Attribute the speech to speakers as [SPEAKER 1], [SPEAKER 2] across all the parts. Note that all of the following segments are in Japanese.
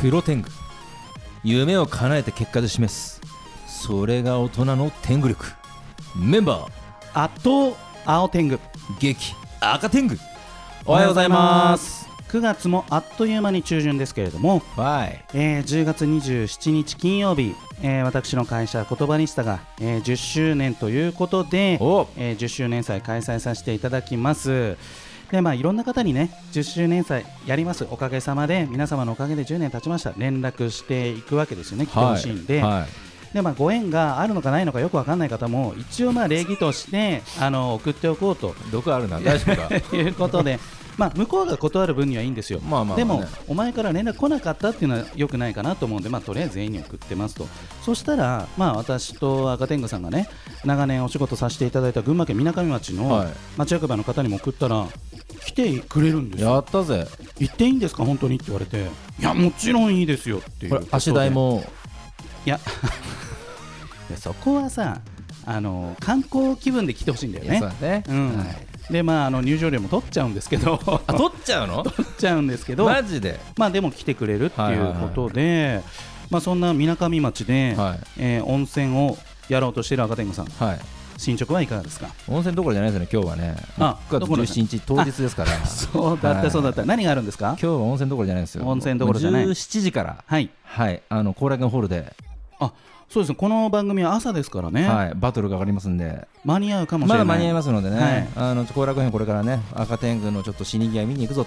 [SPEAKER 1] プロテング夢を叶えて結果で示すそれが大人の天狗力メンバー
[SPEAKER 2] あっと青天狗
[SPEAKER 1] 激赤天狗
[SPEAKER 2] おはようございます9月もあっという間に中旬ですけれども、
[SPEAKER 1] はい
[SPEAKER 2] えー10月27日金曜日、えー私の会社言葉ニスタが、えー10周年ということで、
[SPEAKER 1] お
[SPEAKER 2] えー10周年祭開催させていただきますでまあいろんな方にね10周年祭やりますおかげさまで皆様のおかげで10年経ちました連絡していくわけですよね来てほしいんで、
[SPEAKER 1] はい
[SPEAKER 2] でまあ、ご縁があるのかないのかよくわかんない方も一応まあ礼儀としてあの送っておこうと
[SPEAKER 1] 毒あるな大丈夫か
[SPEAKER 2] いうこ とで、まあ、向こうが断る分にはいいんですよ、
[SPEAKER 1] まあまあまあね
[SPEAKER 2] でも、お前から連絡来なかったっていうのはよくないかなと思うんで、まあ、とりあえず全員に送ってますと、そしたら、まあ、私と赤天狗さんがね、長年お仕事させていただいた群馬県みなかみ町
[SPEAKER 1] は
[SPEAKER 2] の
[SPEAKER 1] い
[SPEAKER 2] 町役場の方にも送ったら、来てくれるんですよ、
[SPEAKER 1] やったぜ
[SPEAKER 2] 行っていいんですか、本当にって言われて、いや、もちろんいいですよっていう
[SPEAKER 1] これ
[SPEAKER 2] ことで
[SPEAKER 1] 足代も
[SPEAKER 2] いや いやそこはさあの観光気分で来てほしいんだよ
[SPEAKER 1] いや
[SPEAKER 2] ね
[SPEAKER 1] そうだね
[SPEAKER 2] うん
[SPEAKER 1] はい
[SPEAKER 2] でまああの入場料も取っちゃうんです けど取
[SPEAKER 1] あ取っちゃうの
[SPEAKER 2] っちゃうんですけど
[SPEAKER 1] マジで
[SPEAKER 2] まあでも来てくれるっていうことで、まあそんなみなかみ町で、
[SPEAKER 1] はい
[SPEAKER 2] えー温泉をやろうとしている赤天狗さん
[SPEAKER 1] はい
[SPEAKER 2] 進捗はいかがですか
[SPEAKER 1] 温泉どころじゃないですよね今日はね
[SPEAKER 2] あ
[SPEAKER 1] 9月17日当日ですから今
[SPEAKER 2] そうだっ
[SPEAKER 1] はい
[SPEAKER 2] たそうだった、何があるんですか
[SPEAKER 1] 日は温泉どころじゃないですよ
[SPEAKER 2] 温泉どころじゃない
[SPEAKER 1] 17時から
[SPEAKER 2] はい
[SPEAKER 1] はいあの後楽園ホールで
[SPEAKER 2] あそうですねこの番組は朝ですからね、
[SPEAKER 1] はいバトルが上がりますんで
[SPEAKER 2] 間に合うかもし
[SPEAKER 1] ま
[SPEAKER 2] れな
[SPEAKER 1] だ
[SPEAKER 2] い
[SPEAKER 1] 間に合いますのでね、
[SPEAKER 2] はい
[SPEAKER 1] あの後楽園、これからね、赤天狗のちょっと死に際見に行くぞ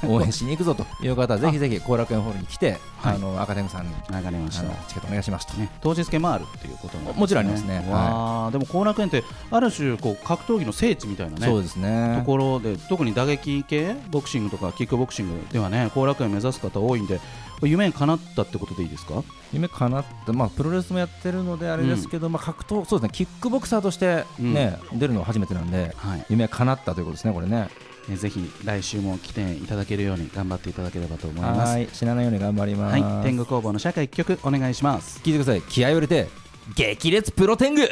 [SPEAKER 1] と、応援しに行くぞという方は、ぜひぜひ後楽園ホールに来て、
[SPEAKER 2] はい
[SPEAKER 1] あの赤天狗さんに
[SPEAKER 2] わかりま
[SPEAKER 1] あ
[SPEAKER 2] し
[SPEAKER 1] の
[SPEAKER 2] た
[SPEAKER 1] チケットお願いしますと、
[SPEAKER 2] ね、当日券もあるっていうことなんです、ね、
[SPEAKER 1] もちろんありますね
[SPEAKER 2] わあ、でも後楽園ってある種こう格闘技の聖地みたいなね
[SPEAKER 1] そうです
[SPEAKER 2] と
[SPEAKER 1] ね、
[SPEAKER 2] ころで特に打撃系ボクシングとかキックボクシングではね後楽園目指す方多いんで夢叶ったってことでいいですか
[SPEAKER 1] 夢かなって、まあ、プロレスもやってるので、あれですけど、まあ、格闘、そうですね、キックボクサーとして、ね出るのは初めてなんで、
[SPEAKER 2] はい
[SPEAKER 1] 夢かなったということですね、これね、
[SPEAKER 2] ねぜひ来週も来ていただけるように頑張っていただければと思います
[SPEAKER 1] はーい死なないように頑張ります。
[SPEAKER 2] はい天狗工房の社会一曲お願いします
[SPEAKER 1] 聞いてください、気合を入れて、激烈プロ天狗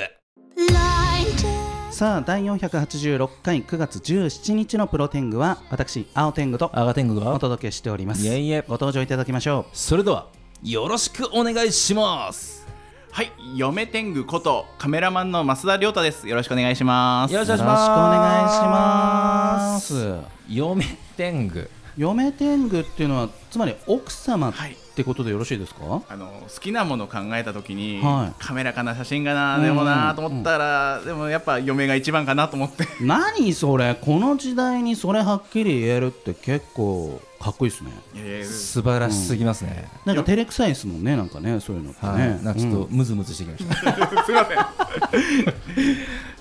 [SPEAKER 2] さあ第486回9月17日のプロ天狗は私青天狗と
[SPEAKER 1] 赤天狗
[SPEAKER 2] お
[SPEAKER 1] が、
[SPEAKER 2] 届けしております
[SPEAKER 1] いえいえ
[SPEAKER 2] ご登場いただきましょう
[SPEAKER 1] それでは、よろしくお願いします。
[SPEAKER 3] はい、嫁天狗ことカメラマンの増田亮太です。よろしくお願いします。
[SPEAKER 1] よろしくお願いし
[SPEAKER 2] よろしくお
[SPEAKER 1] ます。
[SPEAKER 2] 願いします
[SPEAKER 1] 嫁天狗。
[SPEAKER 2] 嫁天狗っていうのはつまり奥様ってことでよろしいですか、
[SPEAKER 3] あの好きなものを考えたときに、
[SPEAKER 2] はい
[SPEAKER 3] カメラかな写真かなでもな
[SPEAKER 2] うん
[SPEAKER 3] と思ったら、でもやっぱ嫁が一番かなと 思って。
[SPEAKER 2] 何それこの時代にそれはっきり言えるって結構かっこいいですね
[SPEAKER 3] いやいや
[SPEAKER 1] 素晴らしすぎますね。
[SPEAKER 2] なんか照れくさいですもんねなんかねそういうのってね、
[SPEAKER 1] はい。なんかちょっ
[SPEAKER 2] う
[SPEAKER 1] と
[SPEAKER 2] ん
[SPEAKER 1] ムズムズしてきました。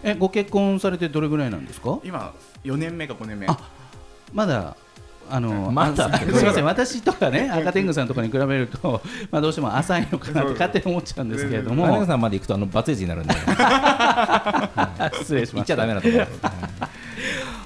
[SPEAKER 2] えご結婚されてどれぐらいなんですか
[SPEAKER 3] 今4年目か5年目。
[SPEAKER 2] あまだあの
[SPEAKER 1] まだ
[SPEAKER 2] あすみません私とかね赤天狗さんとかに比べると まあどうしても浅いのかなって勝手に思っちゃうんですけれど
[SPEAKER 1] マネ
[SPEAKER 2] も
[SPEAKER 1] コさんまで行くとあのバツイチになるんで、
[SPEAKER 2] 失礼し
[SPEAKER 1] 行
[SPEAKER 2] ま
[SPEAKER 1] っ
[SPEAKER 2] し
[SPEAKER 1] ちゃダ
[SPEAKER 2] た
[SPEAKER 1] メだと思う。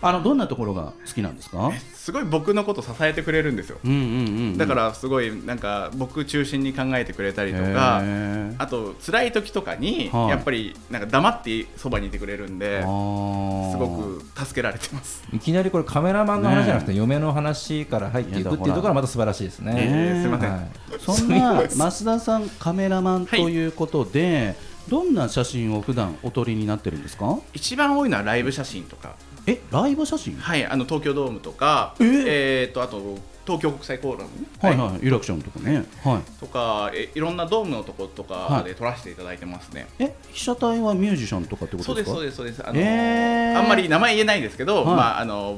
[SPEAKER 2] あのどんなところが好きなんですか
[SPEAKER 3] すごい僕のこと支えてくれるんですよ。
[SPEAKER 2] うんうんうん
[SPEAKER 3] だからすごいなんか僕中心に考えてくれたりと
[SPEAKER 2] へ
[SPEAKER 3] か。
[SPEAKER 2] ー
[SPEAKER 3] あと辛い時とかに、
[SPEAKER 2] はい
[SPEAKER 3] やっぱりなんか黙ってそばにいてくれるんで、
[SPEAKER 2] ー
[SPEAKER 3] すごく助けられてます。
[SPEAKER 1] いきなりこれカメラマンの話じゃなくて嫁の話から入っていくっていうところがまた素晴らしいです
[SPEAKER 3] え
[SPEAKER 1] ね。
[SPEAKER 3] ーすいません。
[SPEAKER 1] はい
[SPEAKER 2] そんな増田さんカメラマンということで、どんな写真を普段お撮りになってるんですか
[SPEAKER 3] 一番多いのはライブ写真とか、
[SPEAKER 2] えライブ写真
[SPEAKER 3] はい、あの東京ドームとか、
[SPEAKER 2] え
[SPEAKER 3] え
[SPEAKER 2] ー
[SPEAKER 3] ーとあと東京国際フォーラム、ね
[SPEAKER 2] はいはい有楽町のとこねはい
[SPEAKER 3] とかえいろんなドームのとことかで撮らせていただいてますね。
[SPEAKER 2] え被写体はミュージシャンとかってこと
[SPEAKER 3] そうで
[SPEAKER 2] です
[SPEAKER 3] す
[SPEAKER 2] か
[SPEAKER 3] そう
[SPEAKER 2] す
[SPEAKER 3] ですそうです。あの
[SPEAKER 2] えー
[SPEAKER 3] あんまり名前言えないんですけど、
[SPEAKER 2] はい
[SPEAKER 3] まああの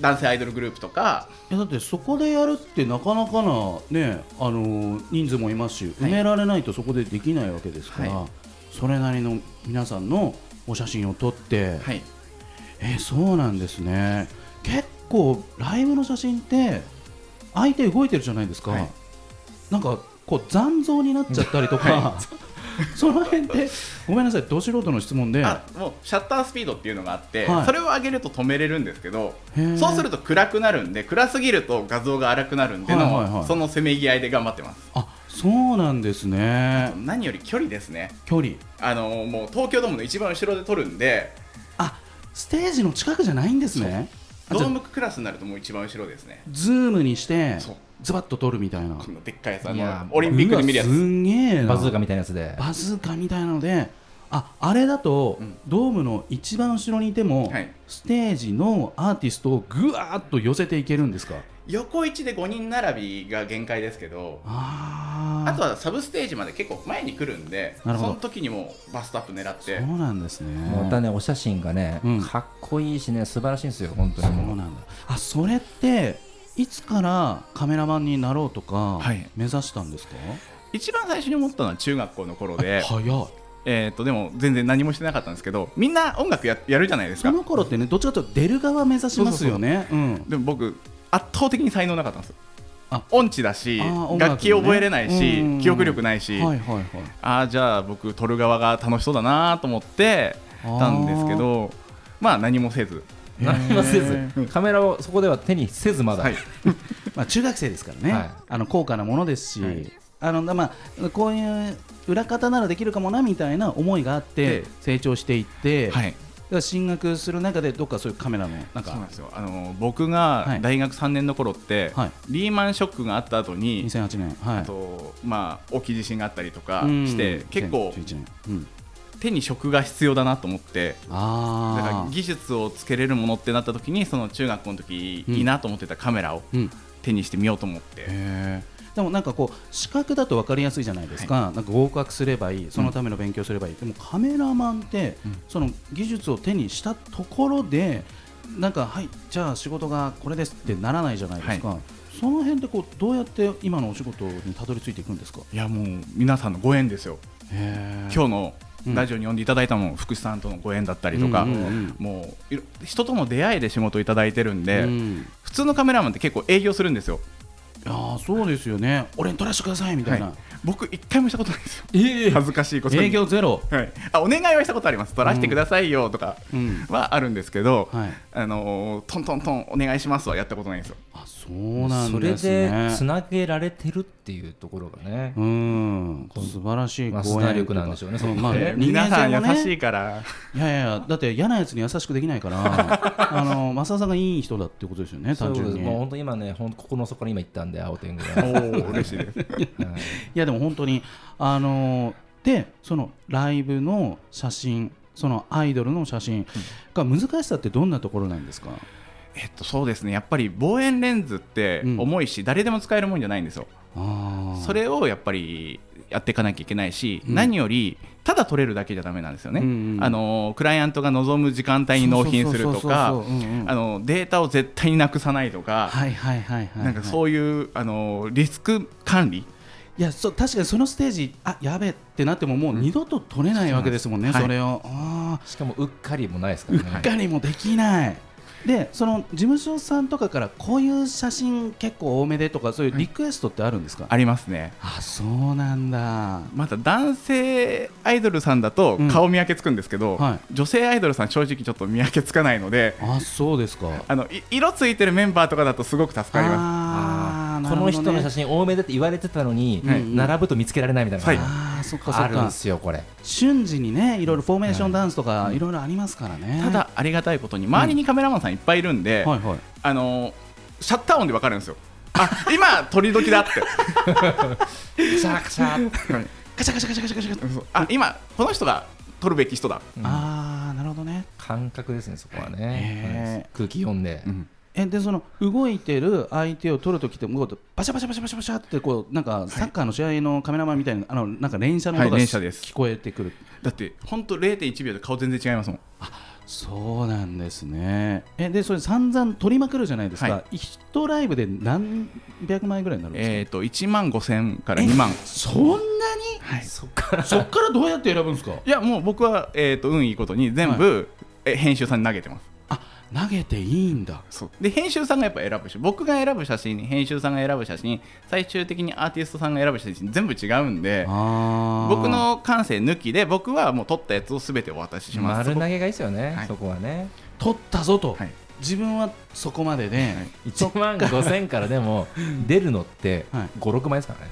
[SPEAKER 3] 男性アイドルグループとか、
[SPEAKER 2] いやだってそこでやるってなかなかなねあのー人数もいますし埋められないとそこでできないわけですから、
[SPEAKER 3] は
[SPEAKER 2] それなりの皆さんのお写真を撮って、
[SPEAKER 3] はい、
[SPEAKER 2] えーそうなんですね結構ライブの写真って相手動いてるじゃないですか、
[SPEAKER 3] はい
[SPEAKER 2] なんかこう残像になっちゃったりとか、 その辺ってごめんなさいど素人の質問で
[SPEAKER 3] あもうシャッタースピードっていうのがあって、
[SPEAKER 2] はい
[SPEAKER 3] それを上げると止めれるんですけど
[SPEAKER 2] へー
[SPEAKER 3] そうすると暗くなるんで暗すぎると画像が荒くなるんでの、
[SPEAKER 2] はいはいはい
[SPEAKER 3] そのせめぎ合いで頑張ってます
[SPEAKER 2] あそうなんですね
[SPEAKER 3] 何より距離ですね
[SPEAKER 2] 距離
[SPEAKER 3] あのもう東京ドームの一番後ろで撮るんで
[SPEAKER 2] あステージの近くじゃないんですねあ
[SPEAKER 3] ド
[SPEAKER 2] じゃあ
[SPEAKER 3] ームクラスになるともう一番後ろですね
[SPEAKER 2] ズームにして
[SPEAKER 3] そう
[SPEAKER 2] ズバッと撮るみたいな
[SPEAKER 3] こんなでっかいやつあ
[SPEAKER 1] いや
[SPEAKER 3] のオリンピックで見るや
[SPEAKER 2] す
[SPEAKER 3] つ
[SPEAKER 2] んげえな
[SPEAKER 1] バズーカみたいなやつで
[SPEAKER 2] バズーカみたいなのでああれだと、
[SPEAKER 3] うん
[SPEAKER 2] ドームの一番後ろにいても、
[SPEAKER 3] はい
[SPEAKER 2] ステージのアーティストをぐわーっと寄せていけるんですか
[SPEAKER 3] 横一で5人並びが限界ですけど
[SPEAKER 2] あー
[SPEAKER 3] あとはサブステージまで結構前に来るんでそ
[SPEAKER 2] なるほど
[SPEAKER 3] の時にもうバストアップ狙って
[SPEAKER 2] そうなんですね
[SPEAKER 1] またねお写真がね、
[SPEAKER 2] うん
[SPEAKER 1] かっこいいしね素晴らしいんですよ本当に
[SPEAKER 2] そうなんだあそれっていつからカメラマンになろうとか
[SPEAKER 3] はい
[SPEAKER 2] 目指したんですか、
[SPEAKER 3] 一番最初に思ったのは中学校の頃で、
[SPEAKER 2] 早い
[SPEAKER 3] えー、とでも全然何もしてなかったんですけどみんな音楽ややるじゃないで
[SPEAKER 2] そ
[SPEAKER 3] すか
[SPEAKER 2] の頃ってねどっちかというと出る側目指しますよねうん
[SPEAKER 3] でも僕圧倒的に才能なかったんですよ
[SPEAKER 2] あ
[SPEAKER 3] 音痴だし、
[SPEAKER 2] あー音楽ね
[SPEAKER 3] 楽器覚えれないし、
[SPEAKER 2] うん
[SPEAKER 3] 記憶力ないし、
[SPEAKER 2] はいはいはい
[SPEAKER 3] ああじゃあ僕撮る側が楽しそうだなと思ってたんですけどまあ何もせず
[SPEAKER 1] 何もせ
[SPEAKER 2] へ
[SPEAKER 1] ず
[SPEAKER 2] ー
[SPEAKER 1] カメラをそこでは手にせずまだ、
[SPEAKER 3] はい
[SPEAKER 2] まあ、中学生ですからね、
[SPEAKER 1] はい
[SPEAKER 2] あの高価なものですし、
[SPEAKER 3] はい
[SPEAKER 2] あのまあ、こういう裏方ならできるかもなみたいな思いがあって
[SPEAKER 3] で
[SPEAKER 2] 成長していって、
[SPEAKER 3] は
[SPEAKER 2] だか
[SPEAKER 3] い
[SPEAKER 2] ら進学する中でどっかそういうカメラのなん
[SPEAKER 3] そうなん
[SPEAKER 2] か
[SPEAKER 3] ですよあの僕
[SPEAKER 2] は
[SPEAKER 3] が
[SPEAKER 2] い
[SPEAKER 3] 大学3年の頃って、
[SPEAKER 2] はい
[SPEAKER 3] リーマンショックがあった後に、
[SPEAKER 2] 2008年、
[SPEAKER 3] あ
[SPEAKER 2] は
[SPEAKER 3] とまあ、大きい地震があったりとか
[SPEAKER 2] い、うん
[SPEAKER 3] して、結構
[SPEAKER 2] 2011年、うん、
[SPEAKER 3] 手に職が必要だなと思ってだから
[SPEAKER 2] ああ、
[SPEAKER 3] 技術をつけれるものってなった時にその中学校の時
[SPEAKER 2] うん
[SPEAKER 3] いいなと思ってたカメラを
[SPEAKER 2] うん、
[SPEAKER 3] 手にしてみようと思って、
[SPEAKER 2] でもなんかこう資格だと分かりやすいじゃないですか、なんか合格すればいいそのための勉強すればいい、でもカメラマンって、その技術を手にしたところでなんかはいじゃあ仕事がこれですってならないじゃないですか、その辺でこうどうやって今のお仕事にたどり着いていくんですか
[SPEAKER 3] いやもう皆さんのご縁ですよ今日のラジオに呼んでいただいたのも福士さんとのご縁だったりとか、
[SPEAKER 2] うんうんうん
[SPEAKER 3] もういろ人との出会いで仕事をいただいてるんで、
[SPEAKER 2] うん
[SPEAKER 3] 普通のカメラマンって結構営業するんですよ、
[SPEAKER 2] いやーそうですよね俺に撮らせてくださいみた
[SPEAKER 3] はい
[SPEAKER 2] な、
[SPEAKER 3] い、僕一回もしたことないですよ
[SPEAKER 2] え
[SPEAKER 3] 恥ずかしいことに
[SPEAKER 2] 営業ゼロ、
[SPEAKER 3] はい、あお願いはしたことあります撮らせてくださいよとか
[SPEAKER 2] うん
[SPEAKER 3] はあるんですけど、
[SPEAKER 2] はい、
[SPEAKER 3] あのートントントンお願いしますはやったことないんですよ
[SPEAKER 2] あそうなん
[SPEAKER 1] それ
[SPEAKER 2] です
[SPEAKER 1] で
[SPEAKER 2] ね
[SPEAKER 1] つなげられてるっていうところがね、
[SPEAKER 2] うん素晴らしい
[SPEAKER 1] まあ
[SPEAKER 2] ご
[SPEAKER 1] スタ
[SPEAKER 2] 縁
[SPEAKER 1] ー力なんでしょうね
[SPEAKER 2] とか
[SPEAKER 1] そこ
[SPEAKER 2] まあ
[SPEAKER 3] えー
[SPEAKER 2] 人間
[SPEAKER 3] 皆さん
[SPEAKER 2] 性
[SPEAKER 3] 優
[SPEAKER 2] もね
[SPEAKER 3] しいから、
[SPEAKER 2] いやいやいやだって嫌なやつに優しくできないから あの増田さんがいい人だってことですよね
[SPEAKER 1] そうい
[SPEAKER 2] 単
[SPEAKER 1] うこと
[SPEAKER 2] 純
[SPEAKER 1] で
[SPEAKER 2] に
[SPEAKER 1] すもう本当今ねほんここの底から今行ったんで青天狗
[SPEAKER 3] お
[SPEAKER 1] が、
[SPEAKER 3] ー嬉しいです。
[SPEAKER 1] はい
[SPEAKER 2] いやでも本当にあのでそのライブの写真そのアイドルの写真が難しさってどんなところなんですか、
[SPEAKER 3] えっと、そうですね、やっぱり望遠レンズって
[SPEAKER 2] うん
[SPEAKER 3] 重いし、誰でも使えるもんじゃないんですよ。
[SPEAKER 2] あー
[SPEAKER 3] それをやっぱりやっていかなきゃいけないし、
[SPEAKER 2] うん
[SPEAKER 3] 何より、ただ撮れるだけじゃだめなんですよね。
[SPEAKER 2] うんうん
[SPEAKER 3] あのクライアントが望む時間帯に納品すると
[SPEAKER 2] そう
[SPEAKER 3] か
[SPEAKER 2] そう、そうそううんうん
[SPEAKER 3] あのデータを絶対になくさないとか、
[SPEAKER 2] はいはいはいはい、
[SPEAKER 3] なんかそうういうあのリスク管理、
[SPEAKER 2] いやそう確かにそのステージあやべえってなってももう二度と取れないわけですもんね、
[SPEAKER 3] そう
[SPEAKER 2] そ
[SPEAKER 3] なんで
[SPEAKER 2] れを、あー
[SPEAKER 1] しかもうっかりもないですからね、
[SPEAKER 2] うっかりもできない。でその事務所さんとかからこういう写真結構多めでとかそういうリクエストってあるんですか、
[SPEAKER 3] ありますね。
[SPEAKER 2] あそうなんだ
[SPEAKER 3] また男性アイドルさんだと
[SPEAKER 2] うん
[SPEAKER 3] 顔見分けつくんですけど、
[SPEAKER 2] は
[SPEAKER 3] 女性アイドルさん正直ちょっと見分けつかないので
[SPEAKER 2] あそうですか
[SPEAKER 3] あのい色ついてるメンバーとかだとすごく助かりま
[SPEAKER 2] あー
[SPEAKER 1] この人の
[SPEAKER 2] なるほど
[SPEAKER 1] 写
[SPEAKER 2] ね
[SPEAKER 1] 真多めでって言われてたのに、
[SPEAKER 3] はい
[SPEAKER 1] 並ぶと見つけられないみたいな、
[SPEAKER 3] はい
[SPEAKER 2] あーそっかそ
[SPEAKER 1] あ
[SPEAKER 2] っ
[SPEAKER 1] るん
[SPEAKER 2] か
[SPEAKER 1] ですよこれ
[SPEAKER 2] 瞬時にねいろいろフォーメーションダンスとかいろいろありますからね、
[SPEAKER 3] すただありがたいことに周りにカメラマンさんいっぱいいるんで、
[SPEAKER 2] はいはい
[SPEAKER 3] あのシャッター音で分かるんですよあ今撮り時だって
[SPEAKER 1] カシャカシャ
[SPEAKER 2] カチャカチャカチャカチャカチャカチャ、
[SPEAKER 3] そうあ今この人が撮るべき人だ、
[SPEAKER 1] うん
[SPEAKER 2] ああなるほどね
[SPEAKER 1] 感覚ですねそこは
[SPEAKER 2] へー
[SPEAKER 1] ね、はい空気読んで、
[SPEAKER 2] えでその動いてる相手を取るときってもうバシャバシャバシャバシャバシャってこうなんかサッカーの試合のカメラマンみたいなあのなんか連射の音が
[SPEAKER 3] はい連射です
[SPEAKER 2] 聞こえてくる、
[SPEAKER 3] だって本当0.1秒で顔全然違いますもん
[SPEAKER 2] そうなんですねえでそれ散々撮りまくるじゃないですか
[SPEAKER 3] は
[SPEAKER 2] 一、ライブで何百枚ぐらいになるんですか、
[SPEAKER 3] えっ、と1万5000から2万
[SPEAKER 2] そんなに、
[SPEAKER 1] そっから
[SPEAKER 2] そっからどうやって選ぶんですか
[SPEAKER 3] いやもう僕は、えー、と運いいことに全部、え編集さんに投げてます
[SPEAKER 2] あ投げていいんだ
[SPEAKER 3] そうで編集さんがやっぱ選ぶし僕が選ぶ写真編集さんが選ぶ写真最終的にアーティストさんが選ぶ写真全部違うんで
[SPEAKER 2] あー
[SPEAKER 3] 僕の感性抜きで僕はもう撮ったやつを全てお渡しします
[SPEAKER 1] 丸投
[SPEAKER 3] そこ
[SPEAKER 1] げがいいですよね、
[SPEAKER 3] はい
[SPEAKER 1] そこはね
[SPEAKER 2] 撮ったぞと、
[SPEAKER 3] はい
[SPEAKER 2] 自分はそこまでで、
[SPEAKER 1] 1万5000からでも出るのって
[SPEAKER 2] はい
[SPEAKER 1] 56枚ですからね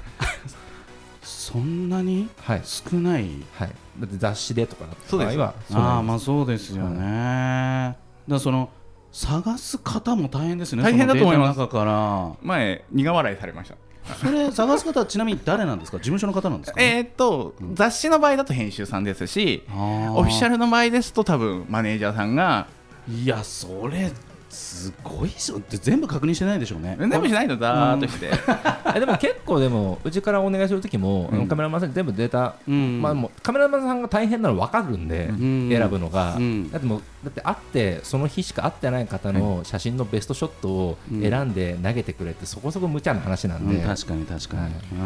[SPEAKER 2] そんなに
[SPEAKER 1] はい、
[SPEAKER 2] 少ない
[SPEAKER 1] はい、だって雑誌でとかだった
[SPEAKER 3] そうです
[SPEAKER 1] 場合はう
[SPEAKER 2] ああ
[SPEAKER 1] なん
[SPEAKER 2] まあそうですよね、だからその探す方も大変ですね
[SPEAKER 3] 大変だと思います
[SPEAKER 2] そのデータの中
[SPEAKER 3] 前苦笑いされました
[SPEAKER 2] からそれ探す方はちなみに誰なんですか事務所の方なんですか、
[SPEAKER 3] えーっと、雑誌の場合だと編集さんですし
[SPEAKER 2] あー
[SPEAKER 3] オフィシャルの場合ですと多分マネージャーさんが
[SPEAKER 2] いやそれすごいじゃんって全部確認してないでしょうね
[SPEAKER 3] 全部しないとだーっとして、
[SPEAKER 1] えでも結構でもうちからお願いする時も、あのカメラマンさんに全部データ、
[SPEAKER 2] うん
[SPEAKER 1] まあ、もうカメラマンさんが大変なの分かるんで、
[SPEAKER 2] ん
[SPEAKER 1] 選ぶのが、
[SPEAKER 2] うん
[SPEAKER 1] だってもうだって会ってその日しか会ってない方の写真のベストショットを選んで投げてくれってそこそこ無茶な話なんで、
[SPEAKER 2] うん確かに確かに、
[SPEAKER 1] はいう
[SPEAKER 2] ー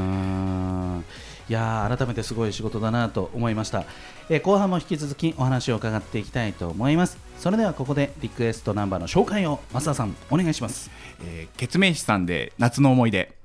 [SPEAKER 2] んいやー改めてすごい仕事だなと思いました、えー後半も引き続きお話を伺っていきたいと思いますそれではここでリクエストナンバーの紹介を増田さんお願いします
[SPEAKER 3] えー、ケツメイシさんで夏の思い出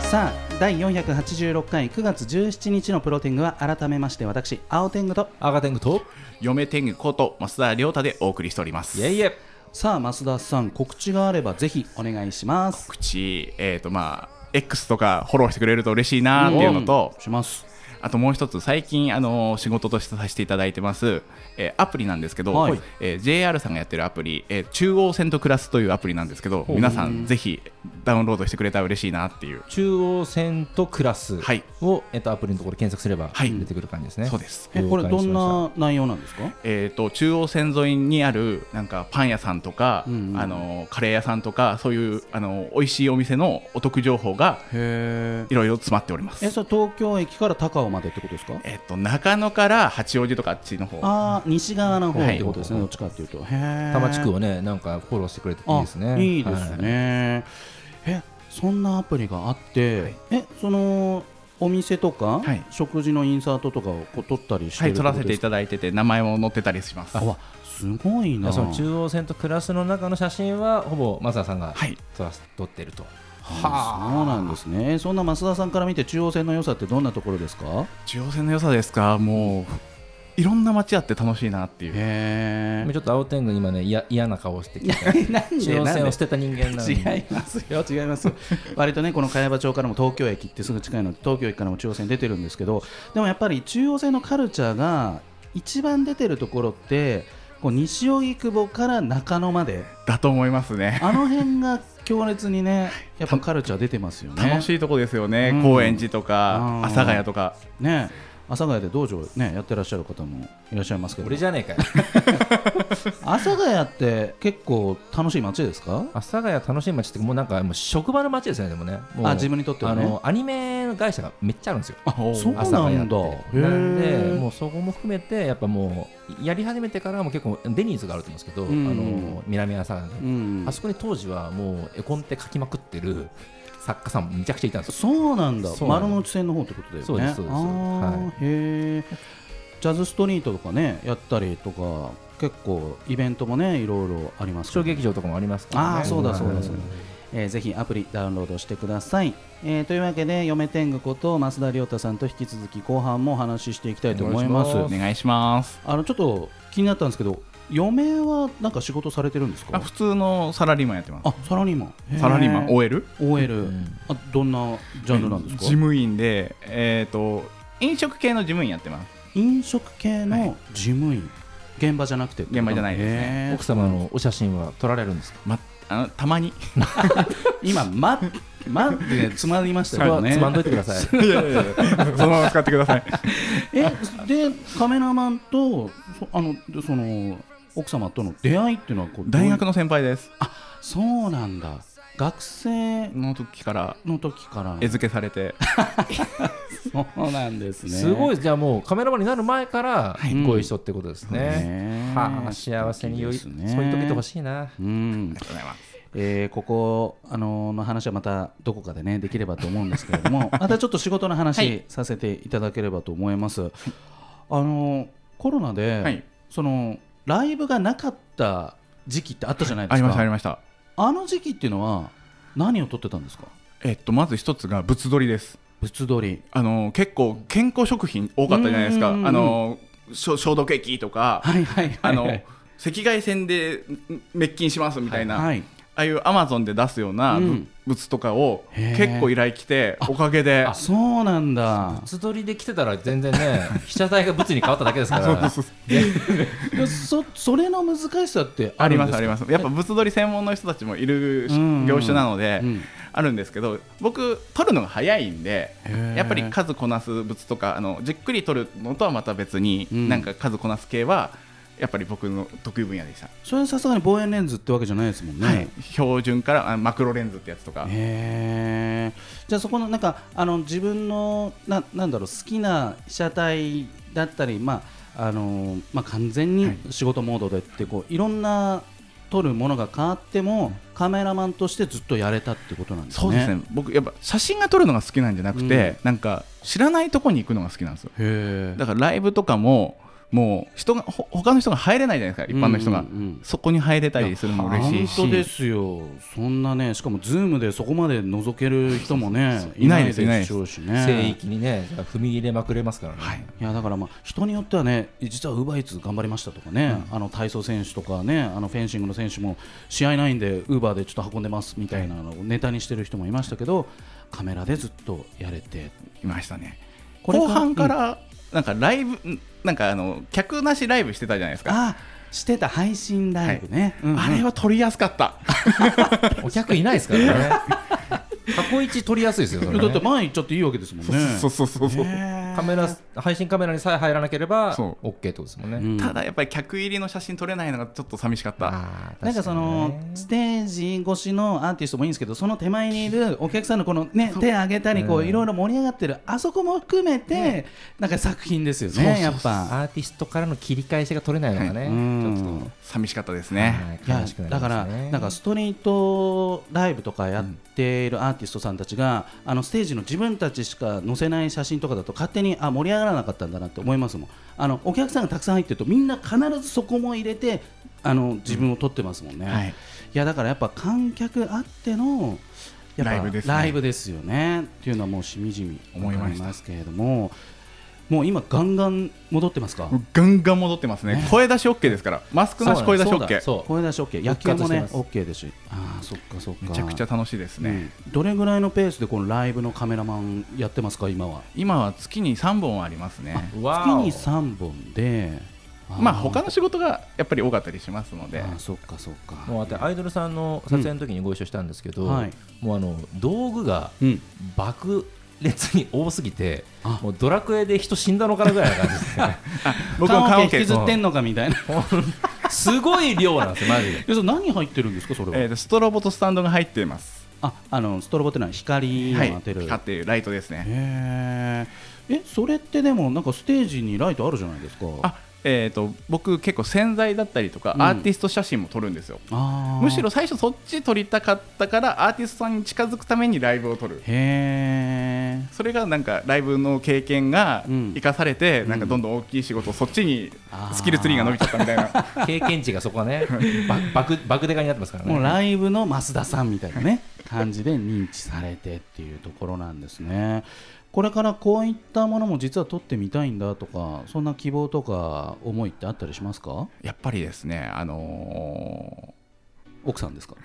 [SPEAKER 2] さあ第486回9月17日のプロテングは改めまして私青天狗と
[SPEAKER 1] 赤天狗と
[SPEAKER 3] 嫁天狗こと増田亮太でお送りしております
[SPEAKER 1] いえいえ
[SPEAKER 2] さあ増田さん告知があればぜひお願いします
[SPEAKER 3] 口えー、とまあ X とかフォローしてくれると嬉しいなーっていうのと、
[SPEAKER 2] うんします
[SPEAKER 3] あともう一つ最近あの仕事としてさせていただいてます、えーアプリなんですけど、
[SPEAKER 2] はい
[SPEAKER 3] えー JR さんがやってるアプリ、えー中央線と暮らすというアプリなんですけど皆さんぜひダウンロードしてくれたら嬉しいなっていう
[SPEAKER 1] 中央線とクラスを、
[SPEAKER 3] はい
[SPEAKER 1] えっと、アプリのところで検索すれば
[SPEAKER 3] はい
[SPEAKER 1] 出てくる感じですね、
[SPEAKER 3] そうです
[SPEAKER 2] えこれどん
[SPEAKER 1] 了
[SPEAKER 2] な内容なんですか
[SPEAKER 3] えー、と中央線沿いにあるなんかパン屋さんとか、
[SPEAKER 2] うんうん
[SPEAKER 3] あのカレー屋さんとかそういうあの美味しいお店のお得情報が
[SPEAKER 2] へ
[SPEAKER 3] いろいろ詰まっております
[SPEAKER 2] え。それ東京駅から高尾までってことですか
[SPEAKER 3] えっと中野から八王子とかあっちの方
[SPEAKER 2] あー西側の方ってことですね、
[SPEAKER 1] は
[SPEAKER 2] どっちかっていうと。へー
[SPEAKER 1] 多摩地区をねなんかフォローしてくれてていいです
[SPEAKER 2] あ
[SPEAKER 1] ね
[SPEAKER 2] いいですね。え、そんなアプリがあって、
[SPEAKER 3] はい
[SPEAKER 2] え、そのお店とか、
[SPEAKER 3] はい
[SPEAKER 2] 食事のインサートとかをこう撮ったりして
[SPEAKER 3] は
[SPEAKER 2] る
[SPEAKER 3] い
[SPEAKER 2] っ
[SPEAKER 3] 撮
[SPEAKER 2] こ
[SPEAKER 3] ら
[SPEAKER 2] と
[SPEAKER 3] せて
[SPEAKER 2] で
[SPEAKER 3] い
[SPEAKER 2] すか
[SPEAKER 3] ただいてて名前も載ってたりします。
[SPEAKER 2] あわすごい
[SPEAKER 1] だから
[SPEAKER 2] な。
[SPEAKER 1] その中央線とクラスの中の写真はほぼマサさんが
[SPEAKER 3] はい
[SPEAKER 1] 撮らせ撮ってると、
[SPEAKER 2] はあ、そうなんですね。そんな増田さんから見て中央線の良さってどんなところですか？
[SPEAKER 3] 中央線の良さですかもういろんな街あって楽しいなっていう
[SPEAKER 2] へ
[SPEAKER 1] 今
[SPEAKER 2] え。
[SPEAKER 1] ちょっと青天狗今ねいや嫌な顔をしてきて
[SPEAKER 2] なん
[SPEAKER 1] 中央線を捨てた人間なんで
[SPEAKER 2] 違いますよ、違います。割とね、この茅場町からも東京駅ってすぐ近いので、東京駅からも中央線出てるんですけど、でもやっぱり中央線のカルチャーが一番出てるところって、こう西荻窪から中野まで、
[SPEAKER 3] だと思いますね
[SPEAKER 2] あの辺が強烈にね、やっぱカルチャー出てますよね。
[SPEAKER 3] 楽しいとこですよね、
[SPEAKER 2] うん
[SPEAKER 3] 高円寺とか
[SPEAKER 2] うん
[SPEAKER 3] 阿佐ヶ谷とか
[SPEAKER 2] ね阿佐ヶ谷で道場、ね、やってらっしゃる方もいらっしゃいますけど
[SPEAKER 1] 俺じゃねえかよ
[SPEAKER 2] 阿佐ヶ谷って結構楽しい街ですか
[SPEAKER 1] 阿佐ヶ谷楽しい街ってもうなんかもう職場の街ですねでもねもう
[SPEAKER 2] あ自分にとってはね
[SPEAKER 1] あのアニメ会社がめっちゃあるんですよ
[SPEAKER 2] あそう
[SPEAKER 1] 阿佐ヶ
[SPEAKER 2] な
[SPEAKER 1] 谷っ
[SPEAKER 2] ん
[SPEAKER 1] て
[SPEAKER 2] だへー
[SPEAKER 1] なんでもうそこも含めてやっぱもうやり始めてからも結構デニーズがあると思うんですけど、
[SPEAKER 2] うん
[SPEAKER 1] あの南阿佐ヶ谷の
[SPEAKER 2] うん
[SPEAKER 1] あそこに当時はもう絵コンテ描きまくってる作家さんめちゃくちゃいたんですよ
[SPEAKER 2] そうなんだ
[SPEAKER 1] そうなんだ
[SPEAKER 2] 丸の内線の方ってことだよね
[SPEAKER 1] そうですそうです
[SPEAKER 2] あー
[SPEAKER 1] は
[SPEAKER 2] へえジャズストリートとかねやったりとか結構イベントもねいろいろあります
[SPEAKER 1] 小
[SPEAKER 2] よね
[SPEAKER 1] 劇場とかもありますから、ね、
[SPEAKER 2] ああそうだそうだそうだ
[SPEAKER 1] ん、
[SPEAKER 2] えーぜひアプリダウンロードしてください、えーというわけで嫁天狗こと増田亮太さんと引き続き後半もお話ししていきたいと思います
[SPEAKER 1] お願いし
[SPEAKER 3] お願いします
[SPEAKER 2] あのちょっと気になったんですけど嫁はなんか仕事されてるんです
[SPEAKER 3] あ
[SPEAKER 2] か
[SPEAKER 3] 普通のサラリーマンやってます
[SPEAKER 2] あサラリーマンへー
[SPEAKER 3] サラリーマン OL?
[SPEAKER 2] OL、
[SPEAKER 1] ん
[SPEAKER 2] あどんなジャンルなんですか
[SPEAKER 3] 事務員でえっ、と飲食系の事務員やってます
[SPEAKER 2] 飲食系
[SPEAKER 3] はい
[SPEAKER 2] の事務員、現場じゃなくてってこと
[SPEAKER 3] 現場じゃないですね
[SPEAKER 2] へー
[SPEAKER 1] 奥様のお写真は撮られるんですか
[SPEAKER 3] まあのたまに
[SPEAKER 2] 今「ま」まってねつまりましたよね
[SPEAKER 1] つまんどいてください
[SPEAKER 3] いやいやいや そのまま使ってください
[SPEAKER 2] えでカメラマンとそあのでその奥様との出会いっていうのはこう
[SPEAKER 3] 大学
[SPEAKER 2] の
[SPEAKER 3] の先輩です
[SPEAKER 2] そうなんだ学生
[SPEAKER 3] の時から
[SPEAKER 2] の時から
[SPEAKER 3] 餌付けされて
[SPEAKER 2] そうなんですね
[SPEAKER 1] すご
[SPEAKER 2] い
[SPEAKER 1] いじゃあもうカメラマンになる前から
[SPEAKER 2] い
[SPEAKER 1] ご一緒ってことですね、はあ幸せにより、そういう時ってほ
[SPEAKER 2] い
[SPEAKER 1] しいな
[SPEAKER 2] うん
[SPEAKER 3] ありがとうございます
[SPEAKER 2] えーここ、あのーの話はまたどこかでねできればと思うんですけれどもまたちょっと仕事の話させていただければと思います、あのーコロナで、
[SPEAKER 3] はい
[SPEAKER 2] そのライブがなかった時期ってあったじゃないで
[SPEAKER 3] あ
[SPEAKER 2] すか、
[SPEAKER 3] りましたありました
[SPEAKER 2] あの時期っていうのは何を撮ってたんですか
[SPEAKER 3] えっとまず一つが物撮りです
[SPEAKER 2] 物撮り
[SPEAKER 3] あの結構健康食品多かったじゃないですかあ
[SPEAKER 2] うんうんうん
[SPEAKER 3] のしょ消毒液とか
[SPEAKER 2] はいはいはい
[SPEAKER 3] あ
[SPEAKER 2] は
[SPEAKER 3] の
[SPEAKER 2] い
[SPEAKER 3] 赤外線でん滅菌しますみたいな、
[SPEAKER 2] はい
[SPEAKER 3] ああいうアマゾンで出すような
[SPEAKER 2] うん
[SPEAKER 3] 物物とかを
[SPEAKER 2] へー
[SPEAKER 3] 結構依頼来ておかげで
[SPEAKER 2] あそうなんだ
[SPEAKER 1] 物撮りで来てたら全然ね 被写体が物に変わっただけですから
[SPEAKER 2] いやそそれの難しさって
[SPEAKER 3] あ
[SPEAKER 2] あ
[SPEAKER 3] り
[SPEAKER 2] るん
[SPEAKER 3] ま
[SPEAKER 2] ですす
[SPEAKER 3] あ
[SPEAKER 2] か
[SPEAKER 3] りますやっぱ物撮り専門の人たちもいる
[SPEAKER 2] うんうん
[SPEAKER 3] 業種なので、
[SPEAKER 2] うん
[SPEAKER 3] あるんですけど僕撮るのが早いんで
[SPEAKER 2] へー
[SPEAKER 3] やっぱり数こなす物とかあのじっくり撮るのとはまた別に、
[SPEAKER 2] うん
[SPEAKER 3] なんか数こなす系はやっぱり僕の得意分野でした、
[SPEAKER 2] それはさすがに望遠レンズってわけじゃないですもんね、
[SPEAKER 3] はい、標準からあマクロレンズってやつとか、
[SPEAKER 2] へえじゃあそこのなんかあの自分のななんだろう好きな被写体だったりまああのまあ完全
[SPEAKER 3] は
[SPEAKER 2] に
[SPEAKER 3] い
[SPEAKER 2] 仕事モードでってこういろんな撮るものが変わってもカメラマンとしてずっとやれたってことなんですね。
[SPEAKER 3] そうですね。僕やっぱ写真が撮るのが好きなんじゃなくて、なんか知らないとこに行くのが好きなんですよ
[SPEAKER 2] へえ。
[SPEAKER 3] だからライブとかももう人がほ他の人が入れないじゃないですか一般の人が、
[SPEAKER 2] うんうんうん
[SPEAKER 3] そこに入れたりするのも嬉しいし
[SPEAKER 2] 本当ですよ。そんなねしかもズームでそこまで覗ける人もね
[SPEAKER 3] いないです
[SPEAKER 2] いないでしょうしね。
[SPEAKER 1] 聖域にね踏み入れまくれますからね、
[SPEAKER 2] いやだからまあ人によってはね実はウーバーイーツ頑張りましたとかね、あの体操選手とかねあのフェンシングの選手も試合ないんでウーバーでちょっと運んでますみたいなのをネタにしてる人もいましたけどカメラでずっとやれて
[SPEAKER 3] いましたね
[SPEAKER 2] これか
[SPEAKER 3] 後半からなんかライブんなんかあの客なしライブしてたじゃないですか
[SPEAKER 2] あしてた配信ライブね、うんうん
[SPEAKER 3] あれは撮りやすかった
[SPEAKER 1] お客いないです からね過去一撮りやすいですよそれね
[SPEAKER 2] だって前行っちゃっていいわけですもんね。
[SPEAKER 3] そうそうそうそう
[SPEAKER 2] ね
[SPEAKER 1] カメラ配信カメラにさえ入らなければ
[SPEAKER 3] そう
[SPEAKER 1] OK ってことですもんね、
[SPEAKER 2] うん
[SPEAKER 3] ただやっぱり客入りの写真撮れないのがちょっと寂しかった
[SPEAKER 1] あー
[SPEAKER 2] なんかそ
[SPEAKER 1] 確に
[SPEAKER 2] の
[SPEAKER 1] ね
[SPEAKER 2] ステージ越しのアーティストもいいんですけどその手前にいるお客さんのこのね手上げたりこ
[SPEAKER 1] う
[SPEAKER 2] うんいろいろ盛り上がってるあそこも含めてなんか作品ですよ
[SPEAKER 1] そうそう
[SPEAKER 2] ね
[SPEAKER 1] そう
[SPEAKER 2] やっぱ。
[SPEAKER 1] アーティストからの切り返しが取れないのがね、
[SPEAKER 2] うん
[SPEAKER 1] ちょっと
[SPEAKER 3] 寂しかったです
[SPEAKER 1] は
[SPEAKER 3] ね
[SPEAKER 1] い
[SPEAKER 2] いや
[SPEAKER 1] 悲しくなりますね
[SPEAKER 2] だからなんかストリートライブとかやっているアーティストさんたちがあのステージの自分たちしか載せない写真とかだと勝手にあ盛り上がらなかったんだなって思いますもんあのお客さんがたくさん入ってるとみんな必ずそこも入れてあの自分を撮ってますもんね。
[SPEAKER 3] はい
[SPEAKER 2] いやだからやっぱ観客あってのやっぱ
[SPEAKER 3] ライブですね
[SPEAKER 2] ライブですよねっていうのはもうしみじみ
[SPEAKER 3] 思いました
[SPEAKER 2] わかりますけれどももう今ガンガン戻ってますか
[SPEAKER 3] もうガンガン戻ってますね声出し OK ですからマスクなし声出し
[SPEAKER 1] そうなんだ
[SPEAKER 3] OK
[SPEAKER 1] そう
[SPEAKER 2] 声出し OK 野球も
[SPEAKER 1] 復活して
[SPEAKER 2] ね
[SPEAKER 1] ます
[SPEAKER 2] OK ですしああそっかそっか
[SPEAKER 3] めちゃくちゃ楽しいですね、
[SPEAKER 2] うんどれぐらいのペースでこのライブのカメラマンやってますか今は
[SPEAKER 3] 今は月に3本ありますね
[SPEAKER 1] そう
[SPEAKER 2] 月に3本で
[SPEAKER 3] まあ他の仕事がやっぱり多かったりしますの
[SPEAKER 2] で
[SPEAKER 3] で
[SPEAKER 2] あーそっかそっか
[SPEAKER 1] もうあとアイドルさんの撮影の時にご一緒したんですけど、
[SPEAKER 2] うんはい
[SPEAKER 1] もうあの道具が
[SPEAKER 2] うん
[SPEAKER 1] 爆裂に多すぎて、
[SPEAKER 2] あ
[SPEAKER 1] もうドラクエで人死んだのかなぐらいな感じですね
[SPEAKER 3] 僕も
[SPEAKER 2] 棺桶
[SPEAKER 3] 棺
[SPEAKER 2] 引
[SPEAKER 3] 桶
[SPEAKER 2] きずってんのかみたいな
[SPEAKER 1] すごい量なんですよマジで
[SPEAKER 2] えそれ何入ってるんですかそれは、
[SPEAKER 3] えーとストロボとスタンドが入っています
[SPEAKER 2] ああのストロボってのは光を
[SPEAKER 3] はい
[SPEAKER 2] 当てる、
[SPEAKER 3] 光っているライトですね
[SPEAKER 2] へええそれってでもなんかステージにライトあるじゃないですか
[SPEAKER 3] あえー、と僕結構洗剤だったりとか
[SPEAKER 2] うん
[SPEAKER 3] アーティスト写真も撮るんですよ、
[SPEAKER 2] あー
[SPEAKER 3] むしろ最初そっち撮りたかったからアーティストさんに近づくためにライブを撮る
[SPEAKER 2] へ
[SPEAKER 3] それがなんかライブの経験が
[SPEAKER 2] うん
[SPEAKER 3] 生かされて、なんかどんどん大きい仕事そっちに
[SPEAKER 2] あー
[SPEAKER 3] スキルツリーが伸びちゃったみた いな
[SPEAKER 1] 経験値がそこはねば爆爆デカになってますから
[SPEAKER 2] え
[SPEAKER 1] ね
[SPEAKER 2] もうライブの増田さんみたいなね感じで認知されてっていうところなんですねこれからこういったものも実は撮ってみたいんだとかそんな希望とか思いってあったりしますか
[SPEAKER 3] やっぱりですねあの
[SPEAKER 2] 奥さんですか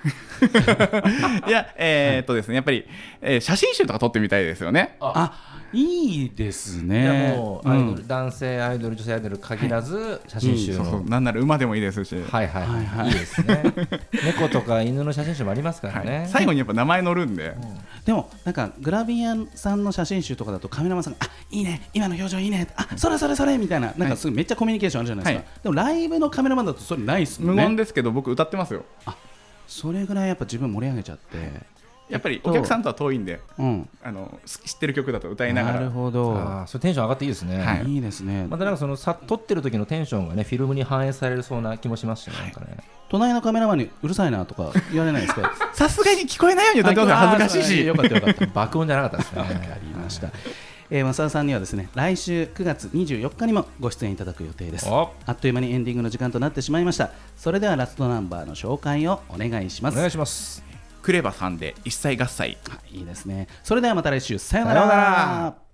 [SPEAKER 3] ーいやえー、っとですねやっぱり、えー写真集とか撮ってみたいですよね
[SPEAKER 2] あいいです
[SPEAKER 1] いや
[SPEAKER 2] ね
[SPEAKER 1] もうアイドル、
[SPEAKER 2] ん
[SPEAKER 1] 男性アイドル女性アイドル限らず写真集
[SPEAKER 3] そう
[SPEAKER 1] の、
[SPEAKER 3] そうなんなら馬でもいいですし、
[SPEAKER 1] はいはい
[SPEAKER 2] はいはい
[SPEAKER 1] いいです ね猫とか犬の写真集もありますからね、
[SPEAKER 3] はい最後にやっぱ名前載るんで、
[SPEAKER 2] でもなんかグラビアさんの写真集とかだとカメラマンさんが「あいいね今の表情いいね」あそれそれそれみたいななんかすごいめっちゃコミュニケーションあるじゃないですか、でもライブのカメラマンだとそれないっすも
[SPEAKER 3] 無
[SPEAKER 2] んね
[SPEAKER 3] 言ですけど僕歌ってますよ
[SPEAKER 2] それぐらいやっぱ自分盛り上げちゃって
[SPEAKER 3] やっぱりお客さんとは遠いんで
[SPEAKER 2] うん
[SPEAKER 3] あのす知ってる曲だと歌いなが
[SPEAKER 2] なる
[SPEAKER 3] ら
[SPEAKER 2] ほど
[SPEAKER 1] あーそれテンション上がっていいですね、
[SPEAKER 3] はい
[SPEAKER 2] いいですね、
[SPEAKER 1] またなんかそのさ撮ってる時のテンションがねフィルムに反映されるそうな気もしますしねなんかね、
[SPEAKER 2] 隣のカメラマンにうるさいなとか言われないですか
[SPEAKER 3] さすがに聞こえないように歌ってますよ恥ずかしいし
[SPEAKER 2] よかったよかった
[SPEAKER 1] 爆音じゃなかったです
[SPEAKER 2] わ
[SPEAKER 1] ね
[SPEAKER 2] かりました。えー、増田さんにはですね来週9月24日にもご出演いただく予定です
[SPEAKER 1] お
[SPEAKER 2] あっという間にエンディングの時間となってしまいましたそれではラストナンバーの紹介をお願いしま
[SPEAKER 1] お
[SPEAKER 2] す
[SPEAKER 1] 願いします
[SPEAKER 3] クレバさんで一切合切
[SPEAKER 2] あいいですねそれではまた来週さような
[SPEAKER 1] さような
[SPEAKER 2] ら
[SPEAKER 1] ら